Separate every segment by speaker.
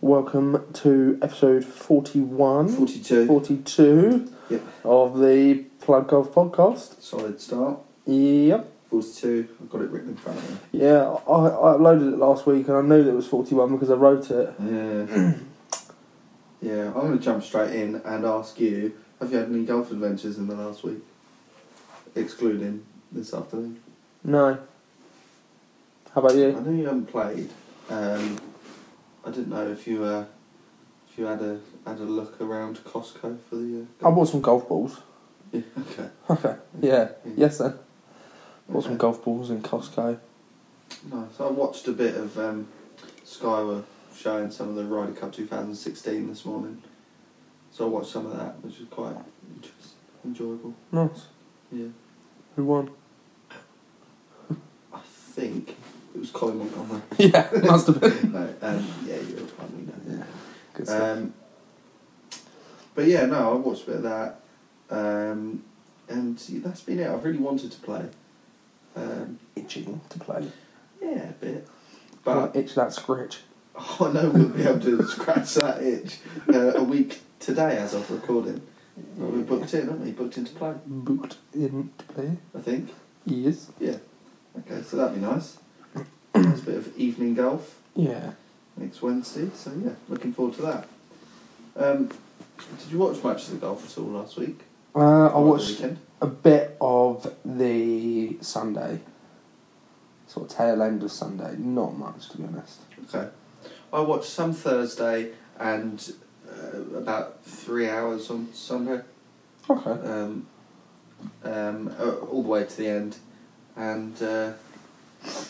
Speaker 1: welcome to episode 41,
Speaker 2: 42.
Speaker 1: 42
Speaker 2: Yep.
Speaker 1: of the Plug Golf Podcast.
Speaker 2: Solid start.
Speaker 1: Yep.
Speaker 2: 42. I've got it written in front of me.
Speaker 1: Yeah, I, I uploaded it last week and I knew that it was 41 because I wrote it.
Speaker 2: Yeah. yeah, I'm going to jump straight in and ask you have you had any golf adventures in the last week? Excluding this afternoon.
Speaker 1: No. How about
Speaker 2: I
Speaker 1: you?
Speaker 2: know you haven't played. Um, I didn't know if you uh, if you had a had a look around Costco for the. Uh,
Speaker 1: I bought some golf balls.
Speaker 2: Yeah, okay.
Speaker 1: Okay. Mm. Yeah. Yes then. Bought some
Speaker 2: Okay.
Speaker 1: golf balls in Costco.
Speaker 2: Nice. I watched a bit of um, Sky were showing some of the Ryder Cup 2016 this morning, so I watched some of that, which was quite interesting, enjoyable.
Speaker 1: Nice.
Speaker 2: Yeah,
Speaker 1: Who won?
Speaker 2: I think it was Colin Montgomery.
Speaker 1: yeah, must have been.
Speaker 2: no, um, yeah, you're probably know.
Speaker 1: Good stuff.
Speaker 2: Um, but yeah, no, I watched a bit of that, um, and that's been it. I've really wanted to play. Um,
Speaker 1: Itching to play.
Speaker 2: yeah, a bit, but
Speaker 1: But itch that scritch.
Speaker 2: Oh, I know we'll be able to scratch that itch uh, a week today as of recording. Well, we booked in, haven't we? Booked into play,
Speaker 1: Booked in to play.
Speaker 2: I think.
Speaker 1: Yes.
Speaker 2: Yeah. Okay, so that'd be nice. nice bit of evening golf
Speaker 1: Yeah.
Speaker 2: next Wednesday. So yeah, looking forward to that. Um, did you watch much of the golf at all last week?
Speaker 1: Uh, I
Speaker 2: Or the
Speaker 1: watched
Speaker 2: weekend?
Speaker 1: a bit of the Sunday, sort of tail end of Sunday. Not much, to be honest.
Speaker 2: Okay. I watched some Thursday and uh, about three hours on Sunday.
Speaker 1: Okay.
Speaker 2: um, um, uh, all the way to the end, and uh,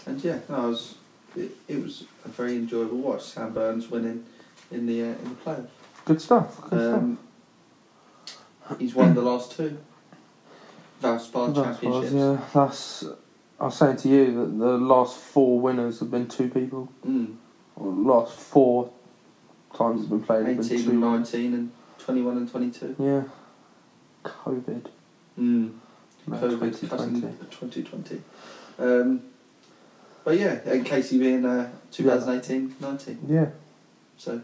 Speaker 2: and yeah, no, I was it, it was a very enjoyable watch. Sam Burns winning in the uh, in the playoff.
Speaker 1: Good stuff. Good
Speaker 2: Um, he's won the last two. Valspar
Speaker 1: stuff. That's,
Speaker 2: championships.
Speaker 1: yeah, that's. I was saying to you that the last four winners have been two people.
Speaker 2: Mm.
Speaker 1: Or the last four times it's been played have been
Speaker 2: 18 and
Speaker 1: two.
Speaker 2: 19 and 21 and 22.
Speaker 1: Yeah. COVID.
Speaker 2: Mm.
Speaker 1: No,
Speaker 2: COVID
Speaker 1: 2020.
Speaker 2: 2020. Um, but yeah, and Casey being uh, 2018 19.
Speaker 1: Yeah.
Speaker 2: So,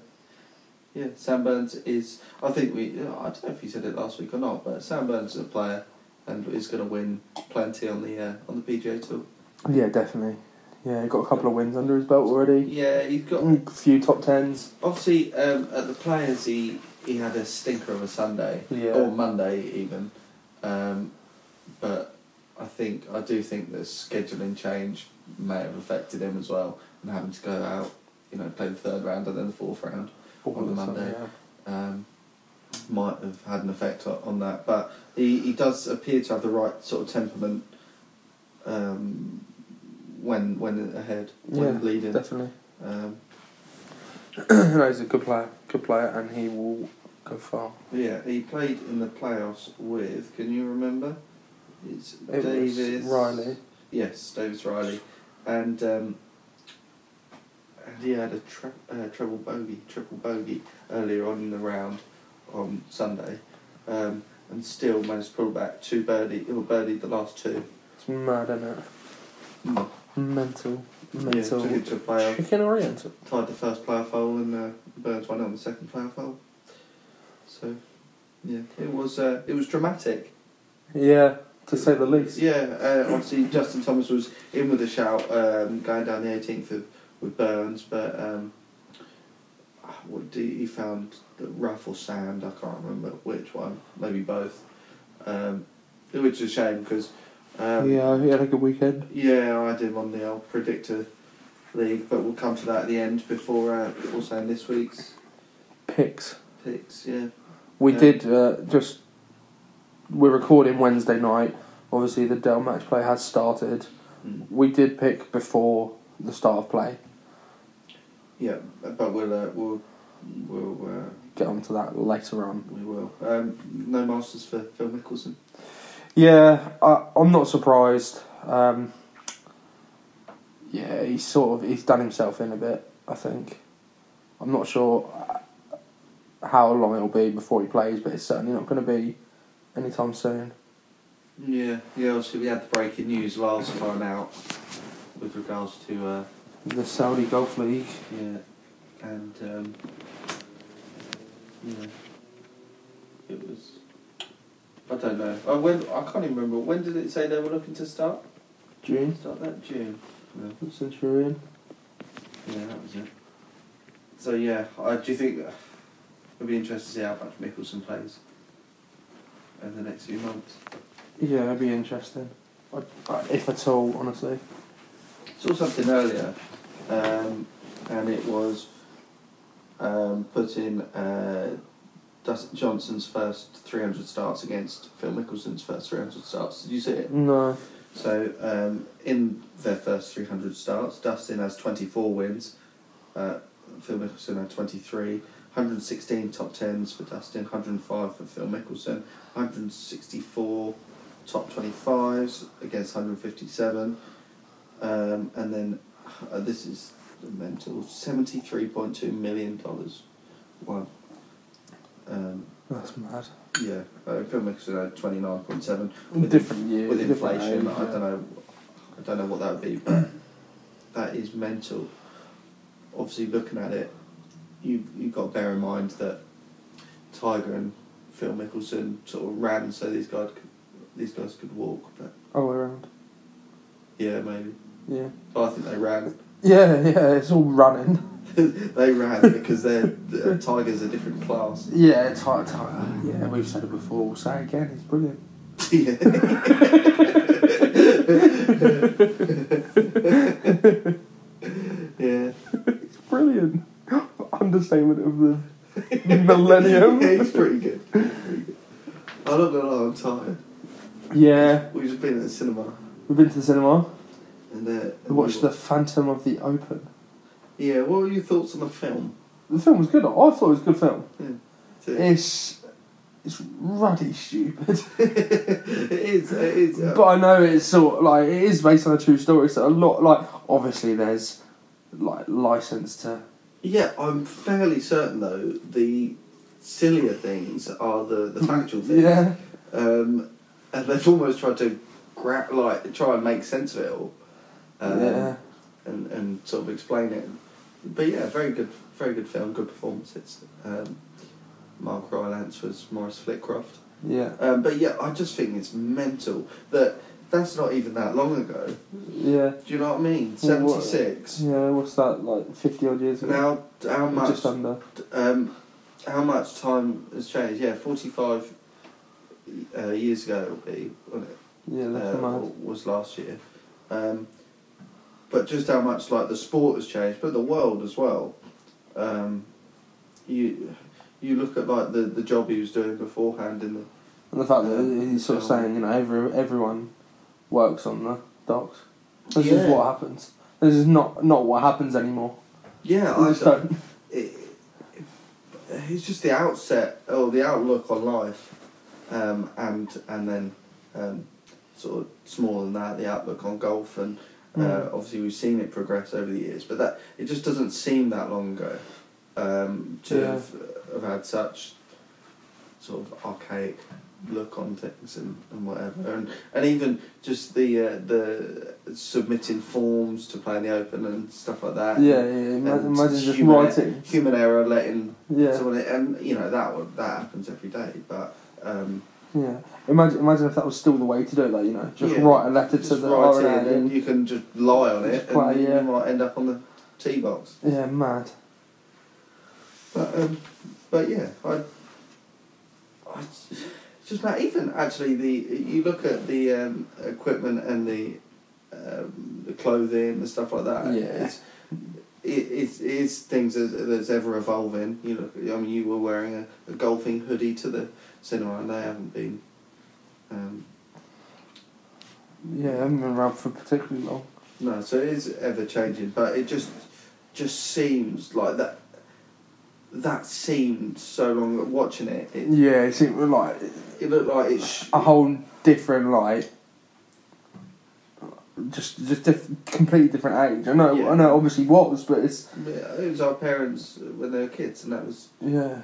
Speaker 2: yeah, Sam Burns is. I think we. I don't know if you said it last week or not, but Sam Burns is a player and is going to win plenty on the uh, on the PGA Tour.
Speaker 1: Yeah, definitely. Yeah, he got a couple of wins under his belt already.
Speaker 2: Yeah, he's got
Speaker 1: A few top tens.
Speaker 2: obviously um, at the players he he had a stinker of a Sunday
Speaker 1: Yeah.
Speaker 2: or Monday even, um, but I think I do think the scheduling change may have affected him as well and having to go out, you know, play the third round and then the fourth round. On the Monday.
Speaker 1: Yeah.
Speaker 2: um, might have had an effect o- on that. But he, he does appear to have the right sort of temperament um, when when ahead, when
Speaker 1: Yeah,
Speaker 2: leading.
Speaker 1: Definitely.
Speaker 2: Um,
Speaker 1: no, he's a good player. Good player, and he will go far.
Speaker 2: yeah, he played in the playoffs with. Can you remember? It's
Speaker 1: It was
Speaker 2: Davis
Speaker 1: Riley.
Speaker 2: Yes, Davis Riley, and. Um, and he had a tre- uh, treble bogey, triple bogey earlier on in the round on Sunday, um, and still managed to pull back two birdie, or birdie the last two.
Speaker 1: It's mad, isn't it?
Speaker 2: Mm.
Speaker 1: Mental.
Speaker 2: Yeah, took
Speaker 1: Mental.
Speaker 2: it to a playoff,
Speaker 1: Chicken Oriental.
Speaker 2: tied the first playoff hole, and uh, Burns won it on the second playoff hole. So, yeah, it was uh, it was dramatic.
Speaker 1: Yeah, to say the least.
Speaker 2: Yeah, uh, obviously Justin Thomas was in with a shout um, going down the 18th of, with Burns, but um, ah, what did he, he found the rough or sand, I can't remember which one, maybe both, um, which is a shame because um,
Speaker 1: yeah, he had a good weekend.
Speaker 2: yeah, I had him on the old predictor league, but we'll come to that at the end before uh, before saying this week's
Speaker 1: Picks.
Speaker 2: picks. Yeah,
Speaker 1: We
Speaker 2: Yeah.
Speaker 1: did uh, just. We're recording Wednesday night. Obviously, the Dell match play has started.
Speaker 2: Mm.
Speaker 1: We did pick before the start of play.
Speaker 2: yeah, but we'll uh, we'll we'll. Uh,
Speaker 1: Get onto that later on.
Speaker 2: We will. Um, no masters for Phil Mickelson.
Speaker 1: Yeah, I, I'm not surprised. Um, yeah, he's sort of he's done himself in a bit. I think. I'm not sure how long it'll be before he plays, but it's certainly not going to be anytime soon.
Speaker 2: Yeah, yeah. Obviously, we had the breaking news last time out with regards to uh,
Speaker 1: The Saudi Golf League
Speaker 2: yeah and um, yeah, it was. I don't know. I when I can't even remember. When did it say they were looking to start?
Speaker 1: June.
Speaker 2: Start that June. No.
Speaker 1: Centurion.
Speaker 2: Yeah, that was it. So yeah, I, do you think it'd be interesting to see how much Mickelson plays over the next few months?
Speaker 1: Yeah, it'd be interesting. I, I, if at all, honestly.
Speaker 2: saw something earlier, um, and it was um, putting uh, Dustin Johnson's first 300 starts against Phil Mickelson's first 300 starts. Did you see it?
Speaker 1: No.
Speaker 2: So um, in their first 300 starts, Dustin has 24 wins. Uh, Phil Mickelson had 23. 116 top 10s for Dustin, 105 for Phil Mickelson, 164 top 25s against 157. Um, and then uh, this is mental $73.2 million won. Um,
Speaker 1: That's mad.
Speaker 2: yeah, uh, Phil Mickelson had 29.7
Speaker 1: different year.
Speaker 2: with
Speaker 1: different
Speaker 2: inflation.
Speaker 1: age, yeah.
Speaker 2: I don't know. I don't know what that would be, but that is mental. Obviously, looking at it, you you got to bear in mind that Tiger and Phil Mickelson sort of ran so these guys could, these guys could walk, but
Speaker 1: All the way around.
Speaker 2: yeah, maybe.
Speaker 1: Yeah.
Speaker 2: But I think they ran.
Speaker 1: Yeah, yeah, it's all running.
Speaker 2: they ran because they're the Tiger's a different class.
Speaker 1: Yeah, it's hard, it's hard. Yeah, we've said it before, we'll say it again, it's brilliant.
Speaker 2: Yeah. yeah.
Speaker 1: It's brilliant. Understatement of the millennium.
Speaker 2: yeah, he's pretty good. He's pretty good. I'm not gonna lie, I'm tired.
Speaker 1: Yeah,
Speaker 2: We've just been at the cinema
Speaker 1: we've been to the cinema.
Speaker 2: and, uh, and
Speaker 1: We watched The Phantom of the Open.
Speaker 2: Yeah, what were your thoughts on the film?
Speaker 1: The film was good. I thought it was a good film.
Speaker 2: Too?
Speaker 1: It's it's ruddy stupid,
Speaker 2: it is. It is. uh,
Speaker 1: but I know it's sort of like it is based on a true story. So a lot like obviously there's like license to
Speaker 2: yeah, I'm fairly certain though the sillier things are the, the factual things.
Speaker 1: yeah
Speaker 2: Um, and they've almost tried to gra- like try and make sense of it all. Um,
Speaker 1: yeah.
Speaker 2: and, and sort of explain it. But yeah, very good, very good film, good performances. Um, Mark Rylance was Morris Flitcroft.
Speaker 1: Yeah,
Speaker 2: Um, but yeah, I just think it's mental that that's not even that long ago.
Speaker 1: yeah,
Speaker 2: Do you know what I mean?
Speaker 1: Well,
Speaker 2: Seventy
Speaker 1: what-
Speaker 2: six.
Speaker 1: yeah. What's that like? Fifty odd years ago.
Speaker 2: Now, how much?
Speaker 1: Just under.
Speaker 2: Um, how much time has changed? Yeah, forty five uh, years ago it would be, wouldn't it?
Speaker 1: Yeah, that's
Speaker 2: uh,
Speaker 1: mad.
Speaker 2: was last year. Um, but just how much like the sport has changed, but the world as well. Um, you you look at like the, the job he was doing beforehand in the
Speaker 1: And the fact
Speaker 2: uh,
Speaker 1: that he's sort of
Speaker 2: film.
Speaker 1: saying, you know, every everyone works on the docks. This is
Speaker 2: Yeah.
Speaker 1: what happens. This is not not what happens anymore.
Speaker 2: yeah
Speaker 1: I
Speaker 2: I
Speaker 1: just don't.
Speaker 2: it, it's just the outset or the outlook on life, um, and and then um, sort of smaller than that, the outlook on golf, and uh,
Speaker 1: Mm.
Speaker 2: obviously we've seen it progress over the years, but that it just doesn't seem that long ago um, to
Speaker 1: Yeah.
Speaker 2: have, have had such sort of archaic look on things and, and whatever and and even just the uh, the submitting forms to play in the open and stuff like that
Speaker 1: Yeah, yeah. Ima-
Speaker 2: and
Speaker 1: imagine just
Speaker 2: human-
Speaker 1: writing.
Speaker 2: human error letting
Speaker 1: Yeah,
Speaker 2: someone and um, you know that would- that happens every day but um
Speaker 1: yeah. Imagine, imagine if that was still the way to do it. Like you know, just
Speaker 2: Yeah.
Speaker 1: write a letter
Speaker 2: just
Speaker 1: to the
Speaker 2: write
Speaker 1: RNA.
Speaker 2: it in and
Speaker 1: And,
Speaker 2: you can just lie on
Speaker 1: Just
Speaker 2: it
Speaker 1: play,
Speaker 2: and
Speaker 1: yeah.
Speaker 2: you might end up on the tee box
Speaker 1: yeah, mad.
Speaker 2: but um but yeah i i it's just not even actually the you look at the um equipment and the um, the clothing and stuff like that
Speaker 1: Yeah.
Speaker 2: it's it, it's, it's things that's, that's ever evolving. You look, I mean, you were wearing a, a golfing hoodie to the cinema, and they haven't been um,
Speaker 1: Yeah, I haven't been around for particularly long.
Speaker 2: No, so it is ever changing, but it just just seems like that. That seemed so long ago. watching it. It,
Speaker 1: Yeah, it seemed like
Speaker 2: it looked like it. Sh-
Speaker 1: a whole different like just just diff- completely different age. I know
Speaker 2: Yeah.
Speaker 1: I know it obviously was, but it's
Speaker 2: it was our parents when they were kids, and that was
Speaker 1: yeah.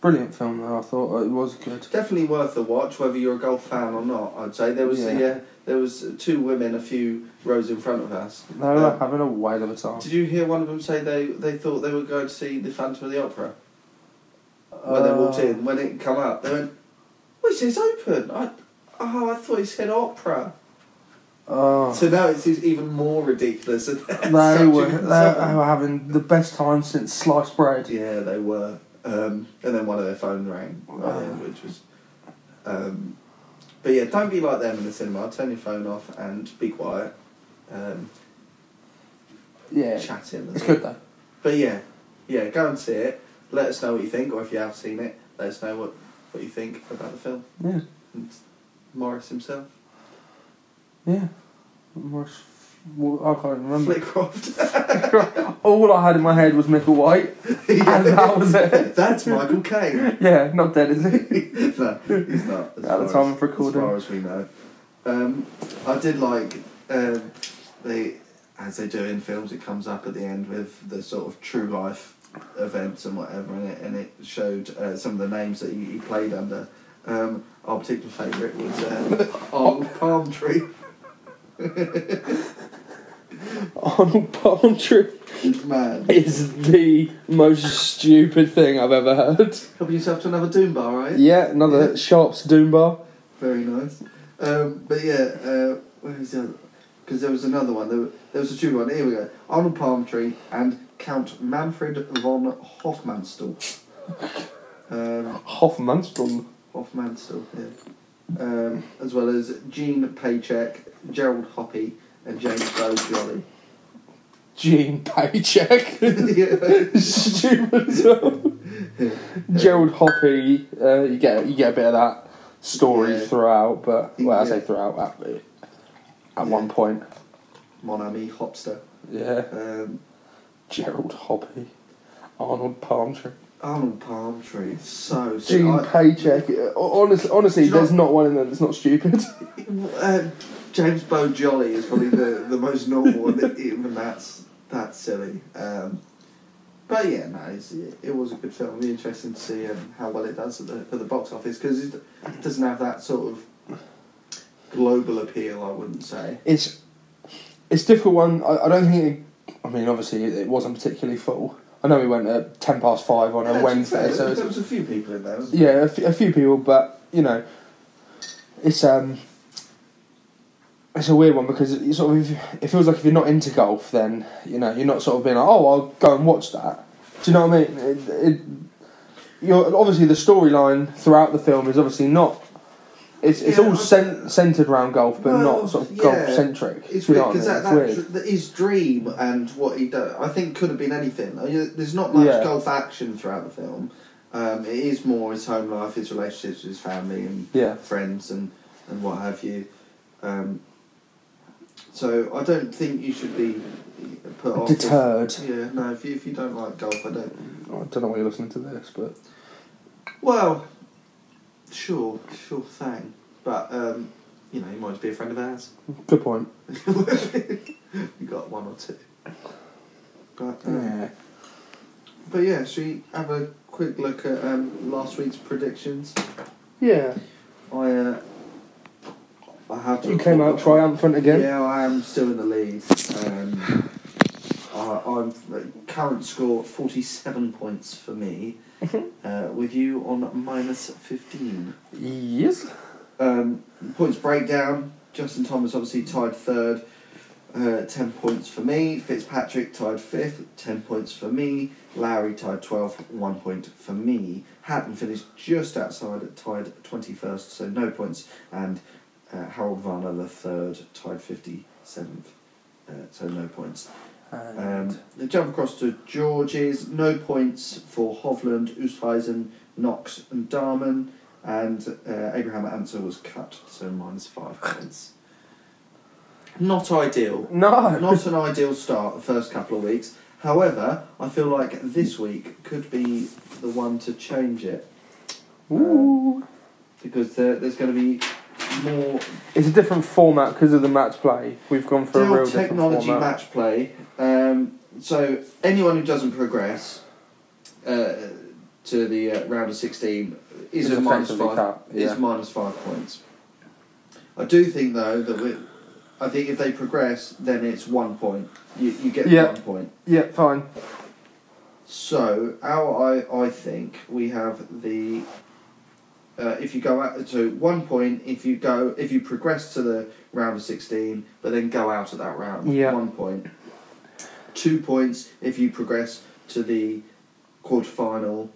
Speaker 1: Brilliant film though, I thought it was good.
Speaker 2: definitely worth a watch, whether you're a golf fan or not. I'd say there was yeah.
Speaker 1: Yeah.
Speaker 2: there was two women a few rows in front of us.
Speaker 1: They were
Speaker 2: Um,
Speaker 1: having a whale of a time.
Speaker 2: Did you hear one of them say they, they thought they were going to see the Phantom of the Opera when they walked
Speaker 1: Uh,
Speaker 2: in? When it come up, they went, "Well, it says open." I oh, I thought it said opera.
Speaker 1: Oh.
Speaker 2: So now it seems even more ridiculous. and that's such
Speaker 1: they
Speaker 2: a
Speaker 1: were they,
Speaker 2: good
Speaker 1: they
Speaker 2: song.
Speaker 1: were having the best time since sliced bread.
Speaker 2: Yeah, they were. Um, and then one of their phone rang, uh,
Speaker 1: Wow.
Speaker 2: which was. Um, but yeah, don't be like them in the cinema. Turn your phone off and be quiet. Um,
Speaker 1: Yeah,
Speaker 2: Chat in.
Speaker 1: it's good though.
Speaker 2: But yeah, yeah, go and see it. Let us know what you think, or if you have seen it, let us know what, what you think about the film.
Speaker 1: Yeah,
Speaker 2: And Morris himself.
Speaker 1: yeah. Morris- well, I can't even remember.
Speaker 2: Flitcroft.
Speaker 1: All I had in my head was Michael White, and that was it.
Speaker 2: That's Michael Caine.
Speaker 1: Yeah, not dead, is he?
Speaker 2: no, he's not.
Speaker 1: At the
Speaker 2: As far
Speaker 1: time
Speaker 2: as-
Speaker 1: of recording.
Speaker 2: As far as we know. Um, I did like, um, they, as they do in films, it comes up at the end with the sort of true life events and whatever, and it, and it showed uh, some of the names that he, he played under. Um, our particular favourite was uh, Old Palm Tree.
Speaker 1: Arnold Palm Tree
Speaker 2: Man.
Speaker 1: is the most stupid thing I've ever heard.
Speaker 2: Help yourself to another Doom Bar, right?
Speaker 1: Yeah, another
Speaker 2: Yeah.
Speaker 1: Sharps Doom Bar.
Speaker 2: Very nice. Um, but yeah, uh, where is the other? Because there was another one. There, there was a two one. Here we go. Arnold Palmtree and Count Manfred von Hofmannsthal. um,
Speaker 1: Hoffmanstrom.
Speaker 2: Hofmannsthal, yeah. Um, as well as Gene Paycheck, Gerald Hoppy, and James Bo Jolly.
Speaker 1: Gene Paycheck.
Speaker 2: yeah.
Speaker 1: stupid as well. Gerald Hoppy, uh, you get you get a bit of that story
Speaker 2: Yeah.
Speaker 1: throughout, but well, I say
Speaker 2: Yeah.
Speaker 1: throughout at, at
Speaker 2: Yeah.
Speaker 1: one point.
Speaker 2: Mon ami Hopster.
Speaker 1: Yeah,
Speaker 2: Um,
Speaker 1: Gerald Hoppy, Arnold Palmtree,
Speaker 2: Arnold Palmtree, so sick.
Speaker 1: Gene
Speaker 2: I-
Speaker 1: Paycheck. Uh, Honestly, honestly,
Speaker 2: Do you know-
Speaker 1: there's not one in there that's not stupid.
Speaker 2: Uh, James Bo Jolly is probably the, the most normal one. that- Even that's that's silly. Um, but yeah, no, it's, it was a good film. It'll be interesting to see um, how well it does at the, at the box office because it doesn't have that sort of global appeal. I wouldn't say.
Speaker 1: it's it's a difficult one. I, I don't think. It, I mean, obviously, it, it wasn't particularly full. I know we went at ten past five on a
Speaker 2: Yeah, to be
Speaker 1: Wednesday,
Speaker 2: fair,
Speaker 1: so
Speaker 2: there,
Speaker 1: it's,
Speaker 2: there was a few people in there. Wasn't there?
Speaker 1: Yeah, a few, a few people, but you know, it's um, it's a weird one because it sort of if, it feels like if you're not into golf, then you know you're not sort of being like, oh, I'll go and watch that. Do you know what I mean? It, it, you're obviously the storyline throughout the film is obviously not. It's it's
Speaker 2: Yeah, I-
Speaker 1: all cen- centered around golf, but
Speaker 2: Well,
Speaker 1: not sort of
Speaker 2: yeah.
Speaker 1: golf centric.
Speaker 2: It's weird because that, that, dr- his dream and what he does, I think, could have been anything. I mean, There's not much
Speaker 1: Yeah.
Speaker 2: golf action throughout the film. Um, it is more his home life, his relationships with his family and
Speaker 1: Yeah.
Speaker 2: friends and, and what have you. Um, so I don't think you should be put off. if-
Speaker 1: Deterred.
Speaker 2: yeah, no. If you, if you don't like golf, I don't.
Speaker 1: I don't know why you're listening to this, but
Speaker 2: Well, sure, sure thing. But um, you know, you might just be a friend of ours.
Speaker 1: good point.
Speaker 2: we got one or two. But, uh,
Speaker 1: Yeah.
Speaker 2: but yeah, should we have a quick look at um, last week's predictions?
Speaker 1: Yeah.
Speaker 2: I uh, I have.
Speaker 1: You came out triumphant again.
Speaker 2: Yeah, I am still in the lead. Um, I, I'm current score forty seven points for me, uh, with you on minus fifteen.
Speaker 1: Yes.
Speaker 2: Um, points breakdown. Justin Thomas obviously tied third, uh, 10 points for me. Fitzpatrick tied fifth, 10 points for me. Lowry tied 12th, 1 point for me. Hatton finished just outside, tied 21st, so no points. And uh, Harold Varner, the third, tied 57th, uh, so no points. Um, the jump across to George's. No points for Hovland, Oosthuizen, Knox, and Darman. And uh, Abraham Ansel was cut, so minus five points. Not ideal.
Speaker 1: no.
Speaker 2: Not an ideal start the first couple of weeks. However, I feel like this week could be the one to change it uh,
Speaker 1: Ooh.
Speaker 2: because there, there's going to be more
Speaker 1: It's a different format because of the match play. We've gone for a
Speaker 2: Still
Speaker 1: real
Speaker 2: technology
Speaker 1: different format.
Speaker 2: match play. Um, so anyone who doesn't progress uh, to the uh, round of sixteen is,
Speaker 1: Is
Speaker 2: a minus
Speaker 1: effectively
Speaker 2: five.
Speaker 1: cut, yeah.
Speaker 2: Is minus five points. I do think though that we, I think if they progress, then it's one point. You, you get
Speaker 1: Yeah.
Speaker 2: one point.
Speaker 1: Yeah, fine.
Speaker 2: So our I I think we have the. Uh, if you go out to one point, if you go, if you progress to the round of sixteen, but then go out of that round,
Speaker 1: Yeah.
Speaker 2: one point. Two points if you progress to the quarterfinal,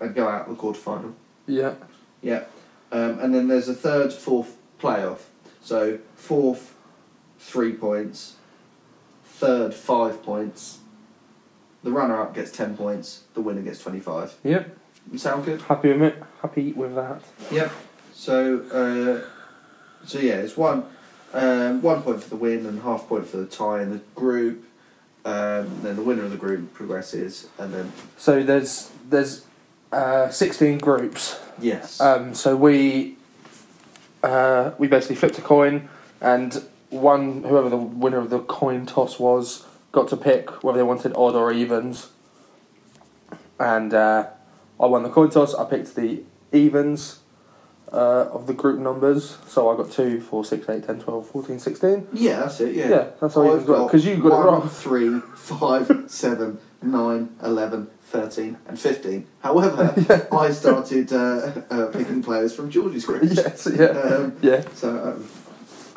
Speaker 2: and go out of the quarterfinal.
Speaker 1: Yeah.
Speaker 2: Yeah. Um, and then there's a third, fourth playoff. So fourth, three points. Third, five points. The runner-up gets ten points. The winner gets twenty-five.
Speaker 1: Yep.
Speaker 2: Sound good?
Speaker 1: Happy with it. Happy with that.
Speaker 2: Yep. So, uh, so yeah, it's one, um, one point for the win and half point for the tie in the group. Um, then the winner of the group progresses, and then
Speaker 1: So there's there's uh, sixteen groups.
Speaker 2: yes,
Speaker 1: Um, so we uh, we basically flipped a coin, and one whoever the winner of the coin toss was got to pick whether they wanted odd or evens. And uh, I won the coin toss. I picked the evens uh, of the group numbers, so I got two, four, six, eight, ten, twelve, fourteen, sixteen.
Speaker 2: yeah, that's it.
Speaker 1: Yeah, that's how you
Speaker 2: I've
Speaker 1: got because you got
Speaker 2: one,
Speaker 1: it wrong.
Speaker 2: three, five, seven, nine, 11, 13, and 15. However, I started uh, uh, picking players from Georgie's group.
Speaker 1: yes, yeah,
Speaker 2: Um,
Speaker 1: yeah.
Speaker 2: So um,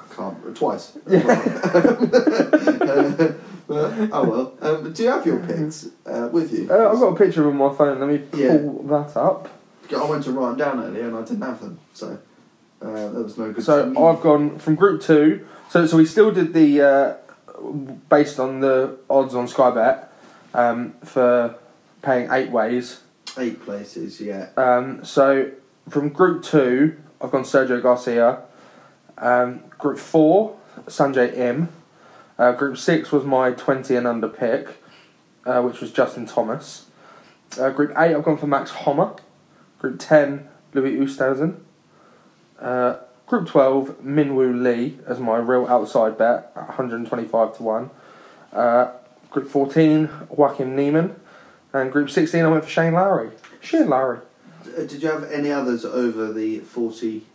Speaker 2: I can't, twice.
Speaker 1: Yeah.
Speaker 2: Uh, but, oh well. Um, do you have your picks uh, with you?
Speaker 1: Uh, I've got a picture of him on my phone. Let me pull
Speaker 2: Yeah.
Speaker 1: that up.
Speaker 2: I went to write them down earlier and I didn't have them, so uh, that was no good.
Speaker 1: So I've gone from group two. So so we still did the uh, based on the odds on Sky Bet um, for paying eight ways.
Speaker 2: eight places. Yeah,
Speaker 1: Um, so from group two, I've gone Sergio Garcia. Um, group four, Sanjay M. Uh, group six was my twenty and under pick, uh, which was Justin Thomas. Uh, group eight, I've gone for Max Homer. Group ten, Louis Oosthuizen. Uh, group twelve, Minwoo Lee as my real outside bet, at one hundred and twenty-five to one. Uh, group fourteen, Joachim Neiman. And group sixteen, I went for Shane Lowry. Shane Lowry.
Speaker 2: D- uh, did you have any others over the forty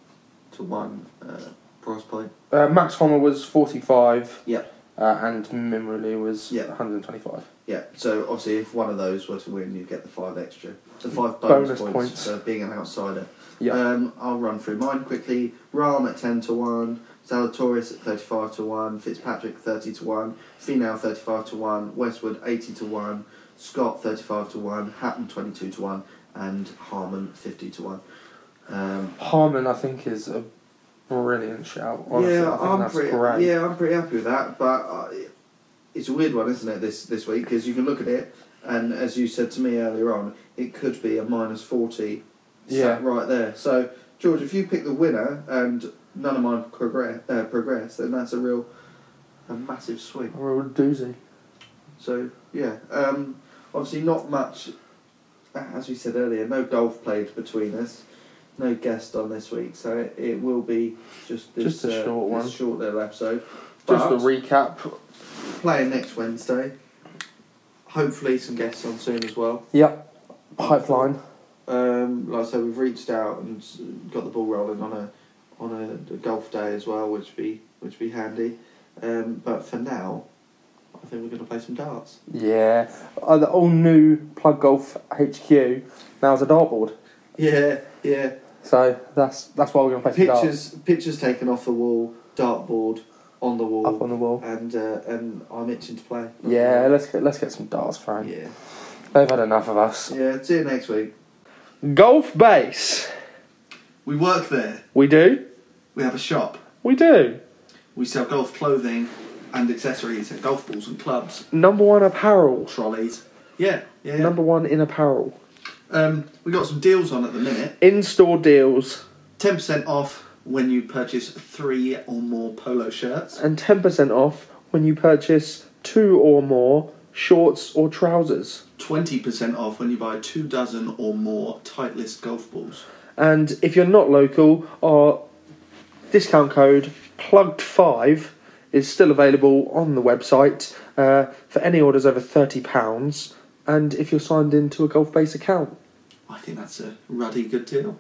Speaker 2: to one uh, price point?
Speaker 1: Uh, Max Homer was 45.
Speaker 2: Yeah.
Speaker 1: Uh, and Mimrily was
Speaker 2: Yeah.
Speaker 1: 125.
Speaker 2: Yeah, so obviously, if one of those were to win, you'd get the five extra, the five
Speaker 1: Bonus
Speaker 2: bonus, points,
Speaker 1: points.
Speaker 2: for being an outsider.
Speaker 1: Yeah.
Speaker 2: Um, I'll run through mine quickly. Rahm at ten to one, Zalatoris at thirty-five to one, Fitzpatrick thirty to one, Finau thirty-five to one, Westwood eighty to one, Scott thirty-five to one, Hatton twenty-two to one, and Harmon fifty to one. Um,
Speaker 1: Harmon, I think, is a brilliant shout. Honestly, I think that's
Speaker 2: pretty.
Speaker 1: great.
Speaker 2: Yeah, I'm pretty happy with that. But uh, it's a weird one, isn't it? This this week because you can look at it, and as you said to me earlier on, it could be a minus forty.
Speaker 1: Yeah.
Speaker 2: sat right there. So George, if you pick the winner and none of mine progress, uh, progress, then that's a real, a massive swing.
Speaker 1: A real doozy.
Speaker 2: So yeah, um, obviously not much. uh, As we said earlier, no golf played between us, no guest on this week, so it, it will be just this
Speaker 1: Just a
Speaker 2: uh,
Speaker 1: short one.
Speaker 2: this short little episode.
Speaker 1: Just
Speaker 2: But
Speaker 1: to recap.
Speaker 2: playing next Wednesday. Hopefully, some guests on soon as well.
Speaker 1: Yep. Pipeline.
Speaker 2: Um, like I said, we've reached out and s- got the ball rolling on a on a, golf day as well, which be which be handy. Um, but for now, I think we're going to play some darts.
Speaker 1: Yeah. Uh, the all new Plug Golf HQ now has a dartboard.
Speaker 2: Yeah, yeah.
Speaker 1: So that's that's why we're going to play some darts
Speaker 2: pictures pictures taken off the wall, dartboard on the wall,
Speaker 1: up on the wall.
Speaker 2: and uh, and I'm itching to play.
Speaker 1: Yeah, let's get let's get some darts, Frank.
Speaker 2: yeah,
Speaker 1: They've had enough of us.
Speaker 2: yeah. See you next week.
Speaker 1: Golf base.
Speaker 2: We work there.
Speaker 1: We do.
Speaker 2: We have a shop.
Speaker 1: We do.
Speaker 2: We sell golf clothing and accessories and golf balls and clubs,
Speaker 1: Number one apparel.
Speaker 2: trolleys. Yeah, yeah.
Speaker 1: Number one in apparel.
Speaker 2: Um, we got some deals on at the minute.
Speaker 1: In store deals
Speaker 2: Ten percent off when you purchase three or more polo shirts.
Speaker 1: and 10% off when you purchase two or more shorts or trousers.
Speaker 2: Twenty percent off when you buy two dozen or more tightlist golf balls.
Speaker 1: And if you're not local, our discount code plugged5 is still available on the website uh, for any orders over £30 and if you're signed into a Golf Base account.
Speaker 2: I think that's a ruddy good deal.